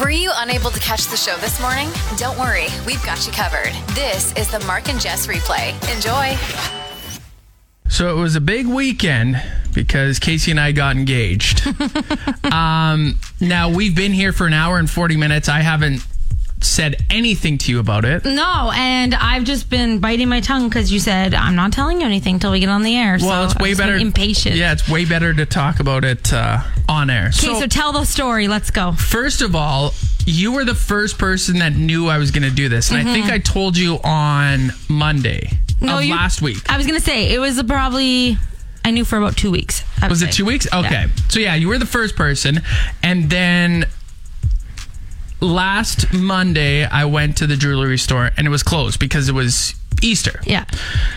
Were you unable to catch the show this morning? Don't worry, we've got you covered. This is the Mark and Jess replay. Enjoy. So it was a big weekend because Casey and I got engaged. um, now we've been here for an hour and 40 minutes. I haven't said anything to you about it. No, and I've just been biting my tongue because you said I'm not telling you anything till we get on the air. Well, so it's I've way just been better. Impatient. Yeah, it's way better to talk about it uh, on air. Okay, so, tell the story. Let's go. first of all, you were the first person that knew I was going to do this, and I think I told you on Monday Mm-hmm. No, of you- last week. I was gonna say it was probably I knew for about two weeks. I would Was say. it two weeks? Okay. Yeah. So yeah, you were the first person, and then last Monday I went to the jewelry store and it was closed because it was Easter. Yeah.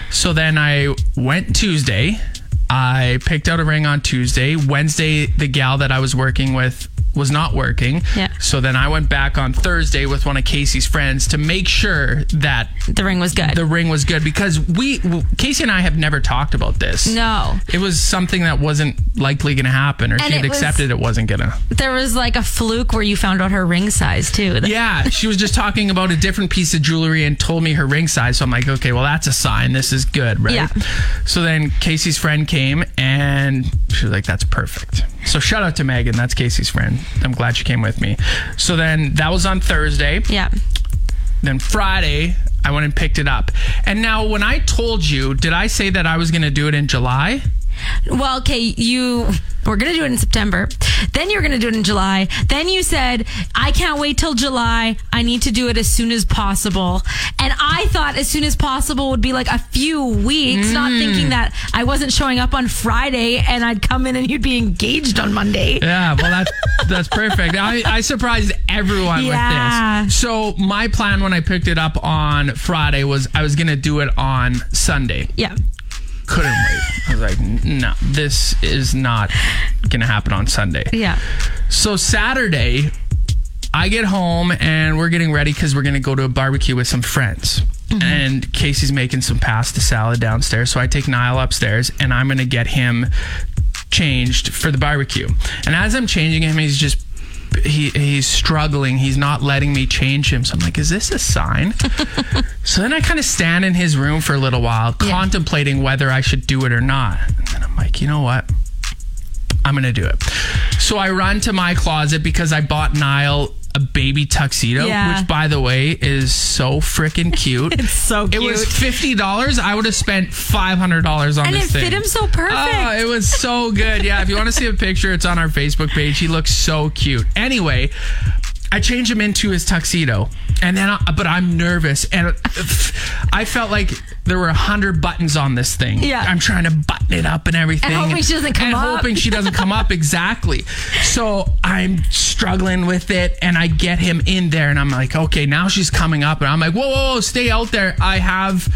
So then I went Tuesday. I picked out a ring on Tuesday. Wednesday, the gal that I was working with was not working. Yeah. So then I went back on Thursday with one of Casey's friends to make sure that The ring was good. the ring was good because we Casey and I have never talked about this. No. It was something that wasn't likely going to happen or And she had it was- accepted it wasn't going to. there was like a fluke where you found out her ring size too. That- Yeah, she was just talking about a different piece of jewelry and told me her ring size. So I'm like, okay, well that's a sign. This is good, right? Yeah. So then Casey's friend came and she was like, that's perfect. So shout out to Megan. That's Casey's friend. I'm glad she came with me. So then that was on Thursday. Yeah. Then Friday, I went and picked it up. And now, when I told you, did I say that I was going to do it in July? Well, okay, you were going to do it in September. Then you were going to do it in July. Then you said, I can't wait till July. I need to do it as soon as possible. And I thought as soon as possible would be like a few weeks, not thinking that I wasn't showing up on Friday and I'd come in and you'd be engaged on Monday. Yeah, well, that's that's perfect. I, I surprised everyone Yeah. with this. So my plan when I picked it up on Friday was I was gonna do it on Sunday. Yeah. Couldn't wait. I was like, "N- no, this is not gonna happen on Sunday. Yeah. So Saturday, I get home and we're getting ready because we're gonna go to a barbecue with some friends. And Casey's making some pasta salad downstairs, so I take Niall upstairs and I'm gonna get him changed for the barbecue. And as I'm changing him, he's just he he's struggling. He's not letting me change him. So I'm like, is this a sign? so then I kind of stand in his room for a little while, Yeah. contemplating whether I should do it or not. And then I'm like, you know what? I'm gonna do it. So I run to my closet because I bought Niall a baby tuxedo, Yeah. which by the way is so freaking cute. It's so It was cute. fifty dollars. I would have spent five hundred dollars on And this it fit thing. him so perfect. Oh, it was so good. Yeah, if you want to see a picture, it's on our Facebook page. He looks so cute. Anyway, I change him into his tuxedo, and then I, but I'm nervous, and I felt like there were a hundred buttons on this thing. Yeah. I'm trying to button it up and everything, hoping she doesn't come and up. hoping she doesn't come up exactly. So I'm struggling with it, and I get him in there, and I'm like, okay, now she's coming up, and I'm like, whoa, whoa, whoa stay out there. I have.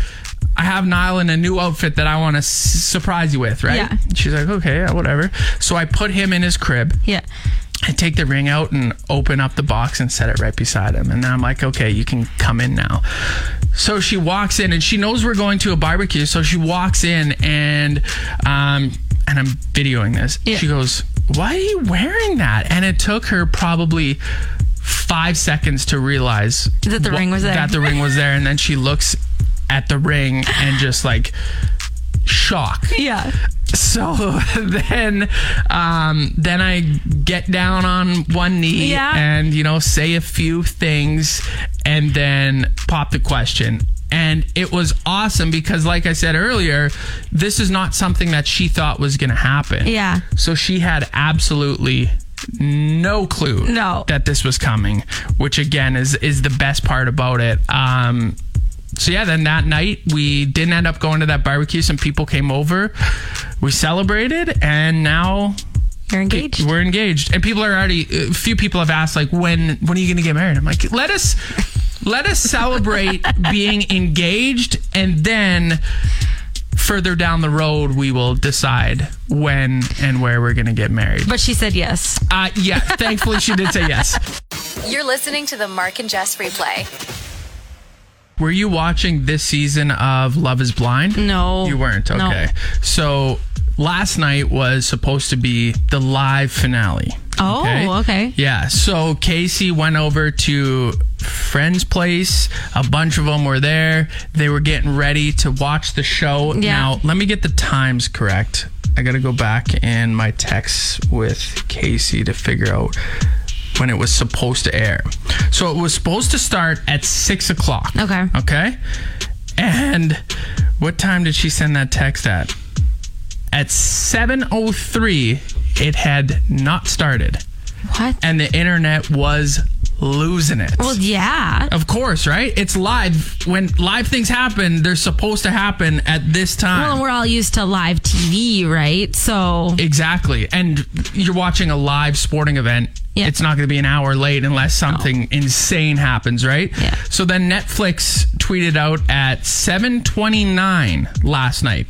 I have Niall in a new outfit that I want to s- surprise you with, right? Yeah. She's like, okay, yeah, whatever. So I put him in his crib. yeah. I take the ring out and open up the box and set it right beside him. And then I'm like, okay, you can come in now. So she walks in and she knows we're going to a barbecue. So she walks in and um and I'm videoing this. Yeah. She goes, Why are you wearing that? And it took her probably five seconds to realize That the wha- ring was there. That the ring was there. And then she looks at the ring and just like shock Yeah. so then um, then I get down on one knee Yeah. and you know say a few things and then pop the question and it was awesome because like I said earlier this is not something that she thought was going to happen Yeah. so she had absolutely no clue No. that this was coming which again is is the best part about it um so yeah, then that night we didn't end up going to that barbecue. Some people came over, we celebrated, and now You're engaged. we're engaged. And people are already. A few people have asked like, when when are you going to get married? I'm like, let us let us celebrate being engaged, and then further down the road we will decide when and where we're going to get married. But she said yes. Uh, yeah, thankfully she did say yes. You're listening to the Mark and Jess replay. Were you watching this season of Love is Blind? No. You weren't. No. Okay. So last night was supposed to be the live finale. Oh, okay. Yeah. So Casey went over to friend's place. A bunch of them were there. They were getting ready to watch the show. Yeah. Now, let me get the times correct. I got to go back in my texts with Casey to figure out when it was supposed to air. So it was supposed to start at six o'clock. Okay. Okay. And what time did she send that text at? At 7:03, it had not started What? and the internet was losing it. Well, yeah. of course, right? It's live. When live things happen, they're supposed to happen at this Well, time. and we're all used to live TV, right? So exactly. And you're watching a live sporting event. Yeah. It's not going to be an hour late unless something insane happens, right? Yeah. So then Netflix tweeted out at 7:29 last night.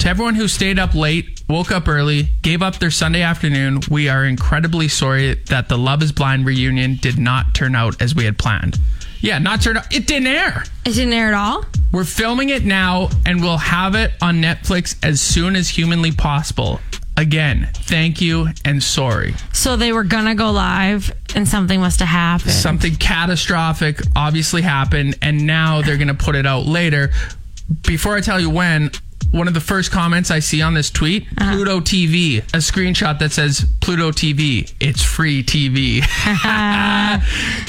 To everyone who stayed up late, woke up early, gave up their Sunday afternoon, we are incredibly sorry that the Love is Blind reunion did not turn out as we had planned. Yeah, not turn out. It didn't air. it didn't air at all. We're filming it now and we'll have it on Netflix as soon as humanly possible. Again, thank you and sorry. So they were gonna go live, and something must have happened. Something catastrophic obviously happened, and now they're going to put it out later. Before I tell you when, one of the first comments I see on this tweet Pluto TV, a screenshot that says Pluto TV, it's free TV.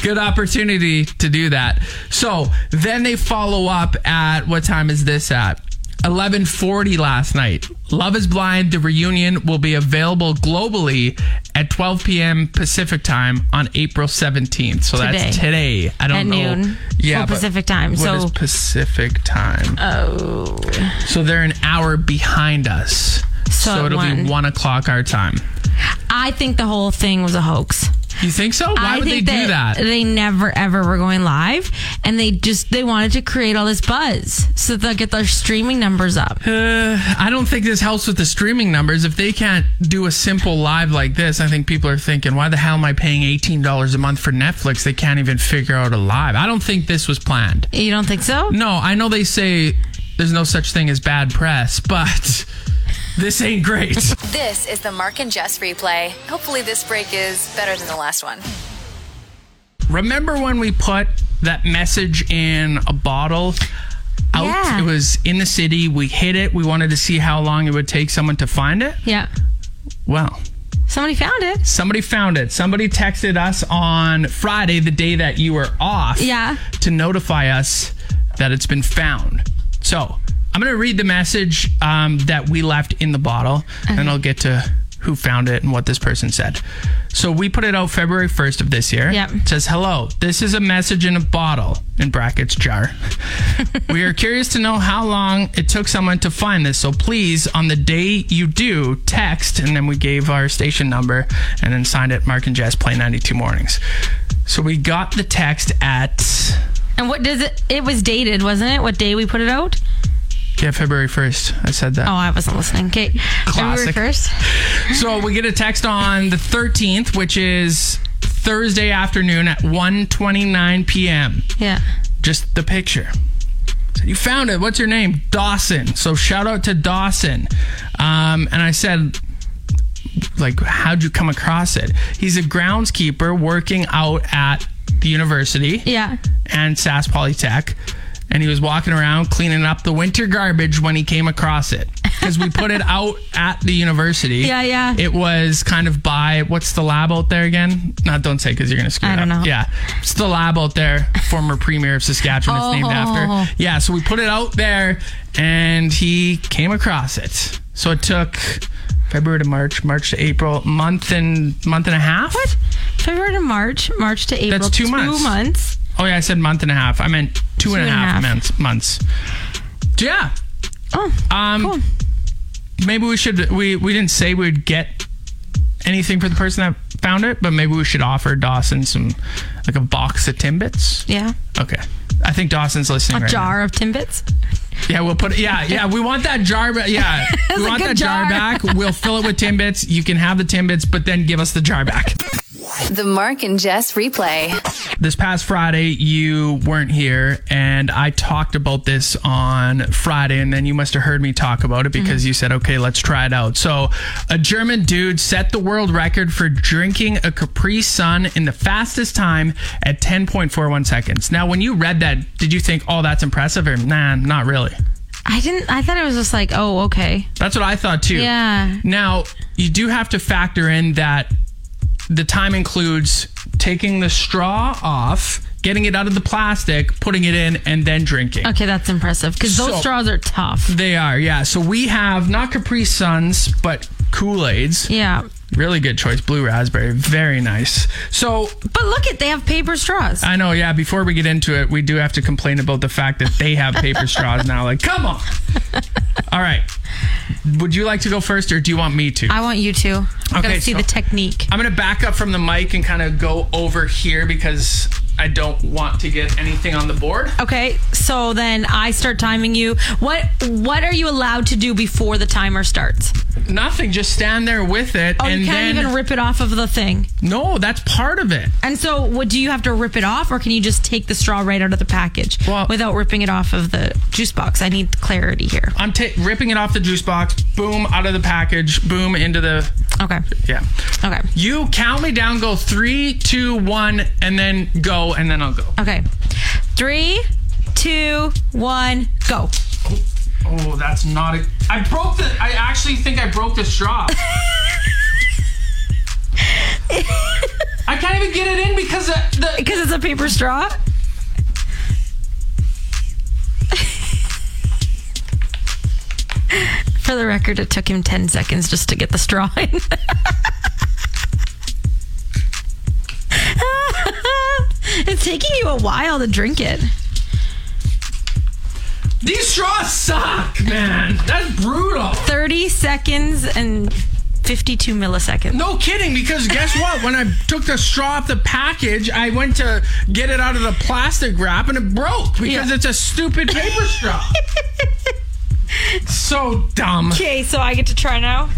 Good opportunity to do that. So then they follow up at what time is this at? 11:40 last night. Love is Blind the reunion will be available globally at 12 p.m. Pacific time on April 17th. So that's today. I don't At know. noon. Yeah, Well, but Pacific time, what so- is Pacific time. Oh, so they're an hour behind us. So So, at it'll one. be one o'clock our time. I think the whole thing was a hoax. You think so? Why I would they think do that? They never ever were going live, and they just they wanted to create all this buzz so that they'll get their streaming numbers up. Uh, I don't think this helps with the streaming numbers. If they can't do a simple live like this, I think people are thinking, why the hell am I paying $18 a month for Netflix? They can't even figure out a live. I don't think this was planned. You don't think so? No, I know they say there's no such thing as bad press, but this ain't great. This is the Mark and Jess replay. Hopefully, this break is better than the last one. Remember when we put that message in a bottle? Out. Yeah. It was in the city. We hit it. We wanted to see how long it would take someone to find it. Yeah. Well, Somebody found it. Somebody found it. Somebody texted us on Friday, the day that you were off, Yeah. to notify us that it's been found. So I'm going to read the message um, that we left in the bottle, and I'll get to who found it and what this person said. So we put it out February 1st of this year. Yep. It says, Hello, this is a message in a bottle, in brackets jar. we are curious to know how long it took someone to find this. So please, on the day you do, text. And then we gave our station number and then signed it Mark and Jazz Play 92 Mornings. So we got the text at, And what does it? It was dated, wasn't it? What day we put it out? yeah, February 1st. I said that. Oh, I wasn't listening. Okay. February Classic. first. So we get a text on the 13th, which is Thursday afternoon at 1.29 p.m. Yeah. just the picture. So you found it. What's your name? Dawson. So shout out to Dawson. Um, and I said, like, how'd you come across it? He's a groundskeeper working out at the university Yeah. and SAS Polytech. And he was walking around cleaning up the winter garbage when he came across it. Because we put it out at the university. Yeah, yeah. It was kind of by, what's the lab out there again? No, don't say because you're going to screw I it don't up. know. Yeah. It's the lab out there, former premier of Saskatchewan. It's named Oh. after. Yeah. So we put it out there and he came across it. So it took February to March, March to April, month and month and a half. What? February to March, March to April. That's two months. Two months. Oh yeah, I said month and a half. I meant two and a half months. Months. Yeah. Oh, Um, cool. Maybe we should. We we didn't say we'd get anything for the person that found it, but maybe we should offer Dawson some like a box of Timbits. Yeah. Okay. I think Dawson's listening. A right now. jar of Timbits. Yeah, we'll put. Yeah, yeah, we want that jar. Ba- yeah, we a want good that jar. jar. back. We'll fill it with Timbits. You can have the Timbits, but then give us the jar back. The Mark and Jess replay. this past Friday, you weren't here, and I talked about this on Friday, and then you must have heard me talk about it because you said, okay, let's try it out. So, a German dude set the world record for drinking a Capri Sun in the fastest time at 10.41 seconds. Now, when you read that, did you think, oh, that's impressive, or nah, not really? I didn't. I thought it was just like, oh, okay. That's what I thought too. Yeah. Now, you do have to factor in that the time includes taking the straw off, getting it out of the plastic, putting it in, and then drinking. Okay, that's impressive because those So- straws are tough. They are, yeah. So we have not Capri Suns, but Kool Aids. Yeah. Really good choice. Blue raspberry. Very nice. So But look at they have paper straws. I know, yeah, before we get into it, we do have to complain about the fact that they have paper straws now. Like, come on. All right. Would you like to go first or do you want me to? I want you to. I Okay, gotta see so- the technique. I'm gonna back up from the mic and kind of go over here because I don't want to get anything on the board. Okay, so then I start timing you. What What are you allowed to do before the timer starts? Nothing, just stand there with it, Oh, and you can't then even rip it off of the thing. no, that's part of it. And so, what do you have to rip it off, or can you just take the straw right out of the package Well- without ripping it off of the juice box? I need clarity here. I'm ta- ripping it off the juice box, boom, out of the package, boom, into the Okay. yeah. Okay. You count me down, go three, two, one, and then go, and then I'll go. Okay. Three, two, one, go. Oh, that's not a. I broke the. I actually think I broke the straw. I can't even get it in because the, the Because it's a paper straw. For the record, it took him 10 seconds just to get the straw in. it's taking you a while to drink it. These straws suck, man. That's brutal. 30 seconds and 52 milliseconds. No kidding, because guess what? When I took the straw off the package, I went to get it out of the plastic wrap and it broke because Yeah. it's a stupid paper straw. so dumb. Okay, so I get to try now,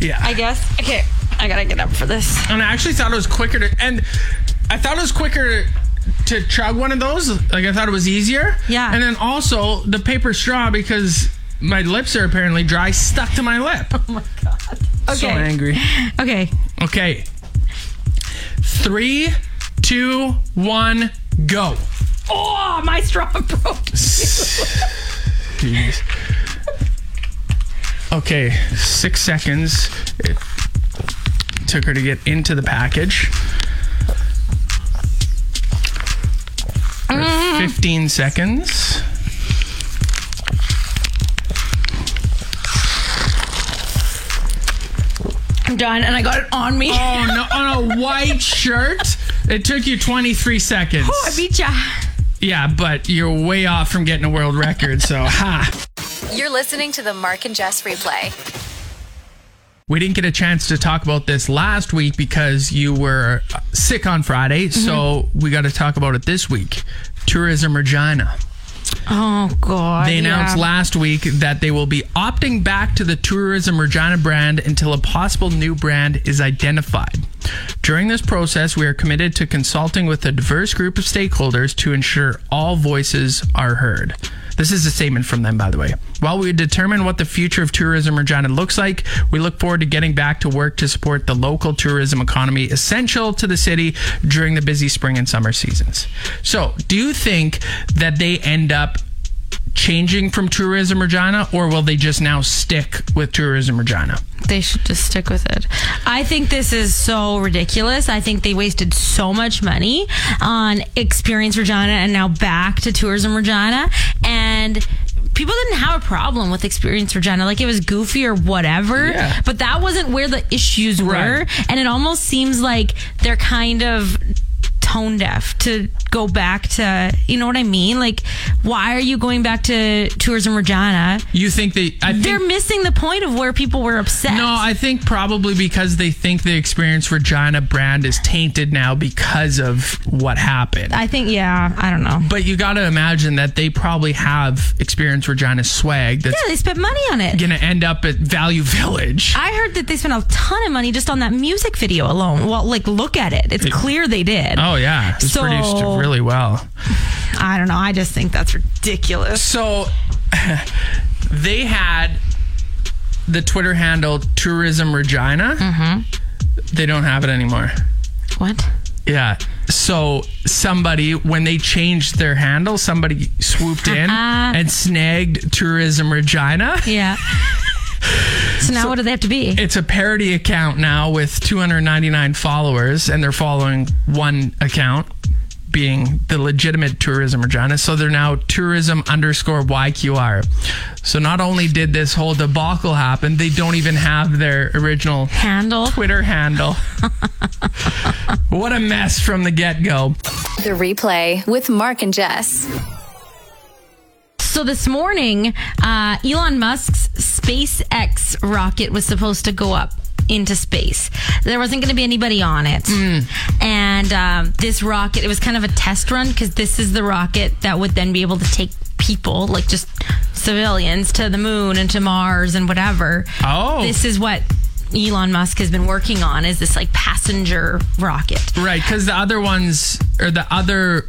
Yeah. I guess. Okay, I gotta get up for this. and I actually thought it was quicker to and I thought it was quicker to chug one of those. Like I thought it was easier. Yeah. And then also the paper straw because my lips are apparently dry, stuck to my lip. Oh my god. So Okay. angry. Okay, Okay. Three, two, one, go. Oh, my straw broke. Jeez. Okay, six seconds it took her to get into the package. Or Mm. 15 seconds. I'm done, and I got it on me. Oh, no, on a white shirt. It took you 23 seconds. Oh, I beat ya. yeah, but you're way off from getting a world record, so ha. You're listening to the Mark and Jess replay. We didn't get a chance to talk about this last week because you were sick on Friday, so we got to talk about it this week. Tourism Regina. Oh god. They announced yeah. last week that they will be opting back to the Tourism Regina brand until a possible new brand is identified. During this process, we are committed to consulting with a diverse group of stakeholders to ensure all voices are heard. This is a statement from them, by the way. While we determine what the future of Tourism Regina looks like, we look forward to getting back to work to support the local tourism economy essential to the city during the busy spring and summer seasons. So, do you think that they end up changing from tourism Regina, or will they just now stick with tourism Regina? They should just stick with it. I think this is so ridiculous. I think they wasted so much money on Experience Regina and now back to Tourism Regina. And people didn't have a problem with Experience Regina. Like it was goofy or whatever. Yeah. But that wasn't where the issues were. Right. And it almost seems like they're kind of tone deaf to go back to, you know what I mean? Like, why are you going back to Tourism Regina? You think they? I think They're missing the point of where people were upset. no. I think probably because they think the experience Regina brand is tainted now because of what happened. I think, yeah, I don't know. But you got to imagine that they probably have experience Regina swag that's Yeah, they spent money on it. gonna end up at Value Village. I heard that they spent a ton of money just on that music video alone. Well, like, look at it. It's clear they did. Oh, yeah, it was So- produced really well. I don't know. I just think that's ridiculous. So they had the Twitter handle Tourism Regina. They don't have it anymore. What? Yeah. So somebody, when they changed their handle, somebody swooped in and snagged Tourism Regina. Yeah. so now what do they have to be? It's a parody account now with 299 followers, and they're following one account being the legitimate tourism Regina. So they're now tourism underscore YQR. So not only did this whole debacle happen, they don't even have their original Handle. Twitter handle. what a mess from the get go. The replay with Mark and Jess. So this morning, uh, Elon Musk's SpaceX rocket was supposed to go up into space. There wasn't going to be anybody on it. Hmm. And um, this rocket, it was kind of a test run because this is the rocket that would then be able to take people, like just civilians, to the moon and to Mars and whatever. Oh. This is what Elon Musk has been working on is this like passenger rocket. Right, because the other ones, or the other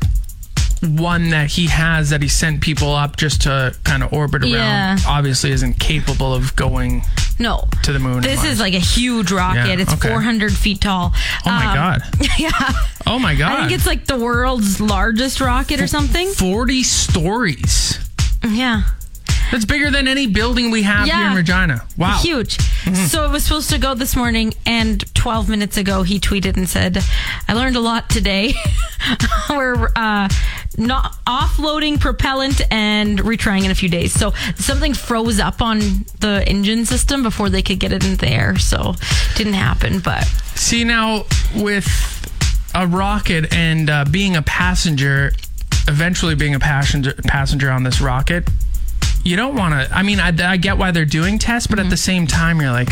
one that he has that he sent people up just to kind of orbit around, Yeah. obviously isn't capable of going. No. To the moon and This Mars. is like a huge rocket. Yeah, it's okay. 400 feet tall. Um, Oh my God. Yeah. Oh my God. I think it's like the world's largest rocket or something. 40 stories. Yeah. That's bigger than any building we have here Yeah. in Regina. Wow. Mm-hmm. Huge. So it was supposed to go this morning, and 12 minutes ago, he tweeted and said, I learned a lot today. We're uh, not offloading propellant and retrying in a few days. So something froze up on the engine system before they could get it in the air. So didn't happen, but See, now with a rocket and uh, being a passenger, eventually being a passenger, passenger on this rocket, you don't want to. I mean, I, I get why they're doing tests, but at the Mm-hmm. same time, you're like,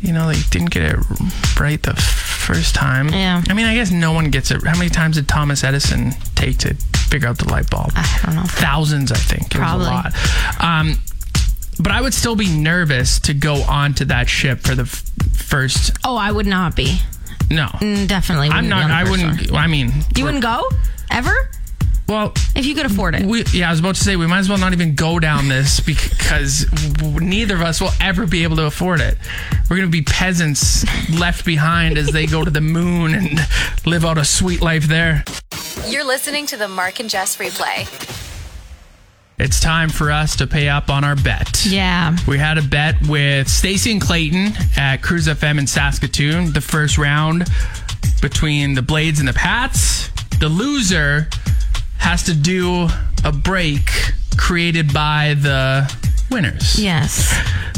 you know, they didn't get it right the first time. Yeah. I mean, I guess no one gets it. How many times did Thomas Edison take to figure out the light bulb? I don't know. Thousands, I think. It was Probably. a lot. Um, but I would still be nervous to go onto that ship for the f- first Oh, I would not be. no, Mm, Definitely. I'm wouldn't be not. on the I first wouldn't. one. I mean, You wouldn't go? Ever? well, If you could afford it. we, yeah, I was about to say we might as well not even go down this because w- neither of us will ever be able to afford it. We're gonna be peasants left behind as they go to the moon and live out a sweet life there. You're listening to the Mark and Jess replay. It's time for us to pay up on our bet. Yeah. We had a bet with Stacy and Clayton at Cruise FM in Saskatoon. The first round between the Blades and the Pats. The loser has to do a break created by the winners. Yes.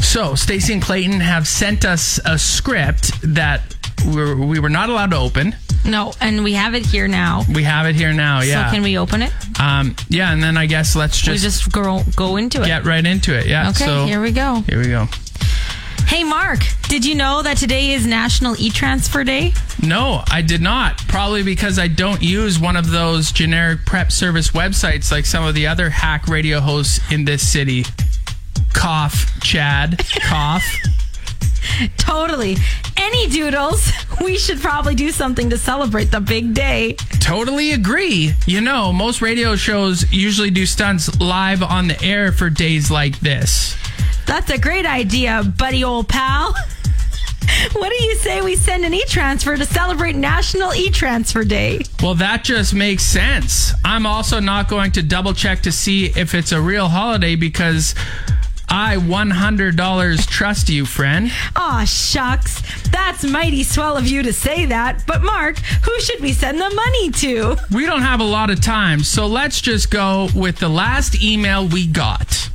So Stacy and Clayton have sent us a script that we're, we were not allowed to open. No, and we have it here now. We have it here now. Yeah. So can we open it? um, yeah, and then I guess let's We just, just go, go into it. get right into it. Yeah. Okay, so here we go. Here we go. Hey, Mark, did you know that today is National E-Transfer Day? No, I did not. Probably because I don't use one of those generic prep service websites like some of the other hack radio hosts in this city. Cough, Chad. Cough. Totally. Any doodles? We should probably do something to celebrate the big day. totally agree. You know, most radio shows usually do stunts live on the air for days like this. That's a great idea, buddy old pal. What do you say we send an e-transfer to celebrate National E-Transfer Day? Well, that just makes sense. I'm also not going to double check to see if it's a real holiday because I $100 trust you, friend. Aw, shucks. That's mighty swell of you to say that. But, Mark, who should we send the money to? We don't have a lot of time, so let's just go with the last email we got.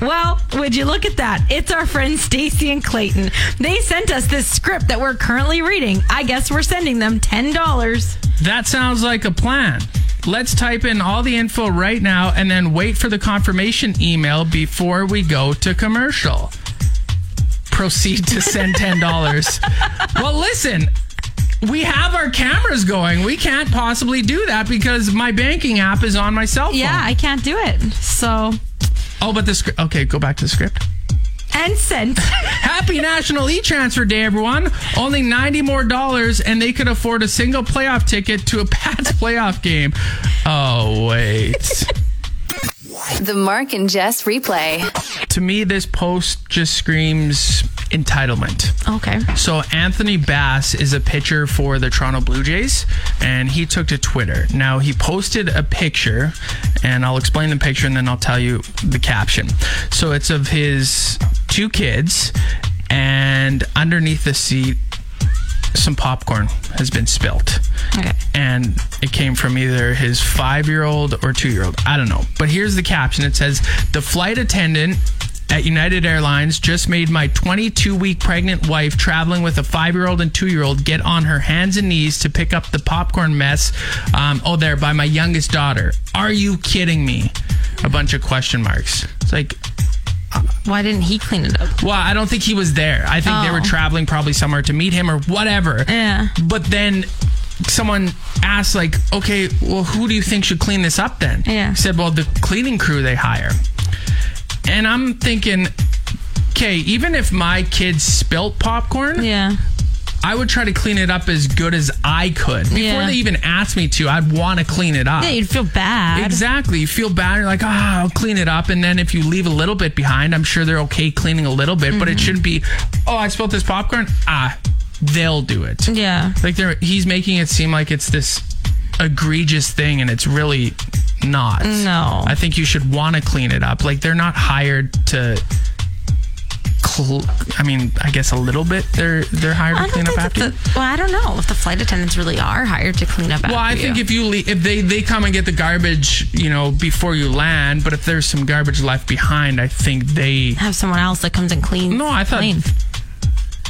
Well, would you look at that? It's our friends Stacy and Clayton. They sent us this script that we're currently reading. I guess we're sending them $10. That sounds like a plan. Let's type in all the info right now and then wait for the confirmation email before we go to commercial. Proceed to send $10. well, listen, we have our cameras going. We can't possibly do that because my banking app is on my cell phone. Yeah, I can't do it. So, Oh, but the script. Okay, go back to the script. and sent. Has Happy National E-Transfer Day, everyone. Only 90 more dollars and they could afford a single playoff ticket to a Pats playoff game. Oh, wait. The Mark and Jess replay. to me, this post just screams entitlement. Okay. So Anthony Bass is a pitcher for the Toronto Blue Jays, and he took to Twitter. Now he posted a picture, and I'll explain the picture and then I'll tell you the caption. So it's of his two kids, and underneath the seat, some popcorn has been spilt. Okay. And it came from either his five year old or two year old. I don't know. But here's the caption it says The flight attendant at United Airlines just made my 22 week pregnant wife traveling with a five year old and two year old get on her hands and knees to pick up the popcorn mess. Um, oh, there, by my youngest daughter. Are you kidding me? A bunch of question marks. It's like, Why didn't he clean it up? well, I don't think he was there. I think they Oh. were traveling probably somewhere to meet him or whatever. Yeah. But then someone asked, like, okay, well, who do you think should clean this up then? Yeah. He said, well, the cleaning crew they hire. And I'm thinking, okay, even if my kids spilt popcorn, Yeah. I would try to clean it up as good as I could. Before Yeah. they even asked me to, I'd want to clean it up. Yeah, you'd feel bad. Exactly. You feel bad. You're like, ah, I'll clean it up. And then if you leave a little bit behind, I'm sure they're okay cleaning a little bit, but Mm-hmm. it shouldn't be, oh, I spilled this popcorn. Ah, they'll do it. Yeah. Like they're, he's making it seem like it's this egregious thing and it's really not. No. I think you should want to clean it up. Like they're not hired to. Cl- I mean, I guess a little bit. They're they're hired I to don't clean up think after. you. that the, well, I don't know if the flight attendants really are hired to clean up after Well, I think you. if you leave, if they they come and get the garbage, you know, before you land. But if there's some garbage left behind, I think they. have someone else that comes and cleans. No, I thought- clean.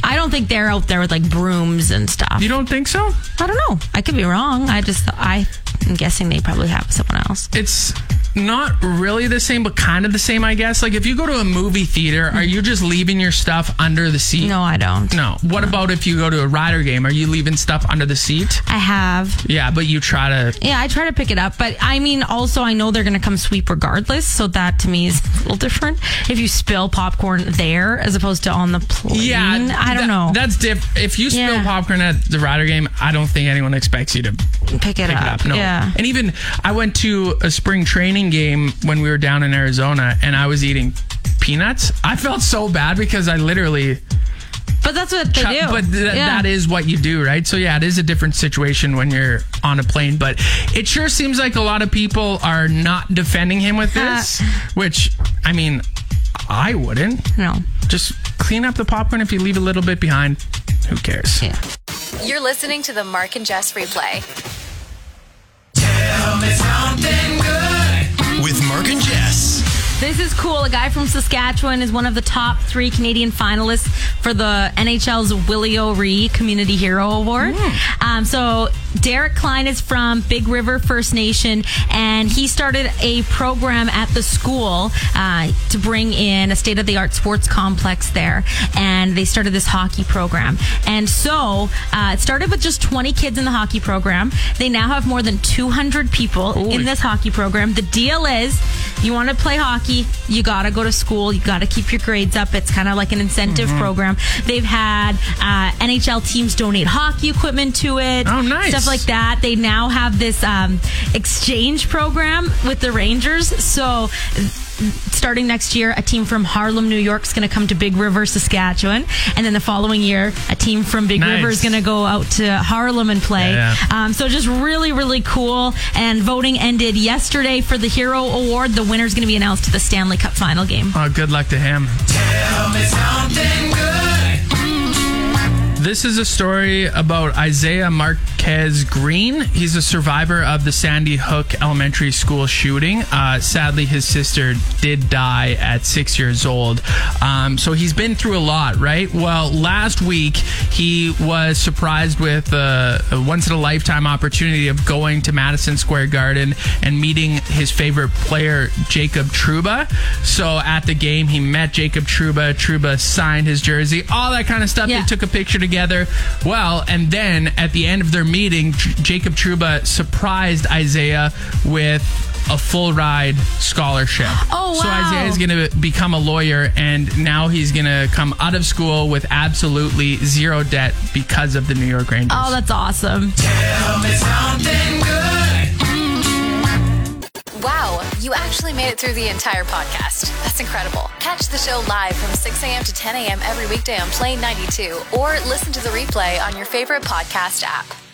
I don't think they're out there with like brooms and stuff. You don't think so? I don't know. I could be wrong. I just I am guessing they probably have someone else. It's not really the same, but kind of the same, I guess. Like if you go to a movie theater, are you just leaving your stuff under the seat? No, I don't. No. What about if you go to a rider game? Are you leaving stuff under the seat? I have. Yeah, but you try to. Yeah, I try to pick it up, but I mean, also I know they're going to come sweep regardless, so that to me is a little different. If you spill popcorn there as opposed to on the plane, Yeah, I that- don't know. That's diff. If you spill Yeah. popcorn at the rider game, I don't think anyone expects you to pick it pick it up. up. No. Yeah, And even I went to a spring training game when we were down in Arizona and I was eating peanuts. I felt so bad because I literally but that's what they do. but th- Yeah. that is what you do, right? So yeah, it is a different situation when you're on a plane, but it sure seems like a lot of people are not defending him with this, which I mean, I wouldn't. no. Just clean up the popcorn if you leave a little bit behind. Who cares? Yeah. You're listening to the Mark and Jess replay. With Mark and Jess. This is cool. A guy from Saskatchewan is one of the top three Canadian finalists for the NHL's Willie O'Ree Community Hero Award. Um, so Derek Klein is from Big River First Nation, and he started a program at the school uh, to bring in a state-of-the-art sports complex there, and they started this hockey program. And so uh, it started with just 20 kids in the hockey program. They now have more than 200 people in this hockey program. The deal is you want to play hockey, you got to go to school, you got to keep your grades up. It's kind of like an incentive Mm-hmm. program. They've had uh, NHL teams donate hockey equipment to it. Oh, nice. Stuff like that. They now have this um, exchange program with the Rangers. So. Starting next year, a team from Harlem, New York is going to come to Big River, Saskatchewan. And then the following year, a team from Big Nice. River is going to go out to Harlem and play. Yeah. Um, so just really, really cool. And voting ended yesterday for the Hero Award. The winner's going to be announced at the Stanley Cup final game. Oh, good luck to him. This is a story about Isaiah Marquez Green. He's a survivor of the Sandy Hook Elementary School shooting. Uh, sadly, his sister did die at six years old. Um, so he's been through a lot, right? Well, last week he was surprised with uh, a once in a lifetime opportunity of going to Madison Square Garden and meeting his favorite player, Jacob Truba. So at the game, he met Jacob Truba. Truba signed his jersey, all that kind of stuff. Yeah. They took a picture together. Well, and then at the end of their meeting, J- Jacob Truba surprised Isaiah with a full ride scholarship. Oh, So wow. Isaiah's going to become a lawyer, and now he's going to come out of school with absolutely zero debt because of the New York Rangers. Oh, that's awesome. Wow, you actually made it through the entire podcast. That's incredible. Catch the show live from 6 a.m. to 10 a.m. every weekday on Play 92 or listen to the replay on your favorite podcast app.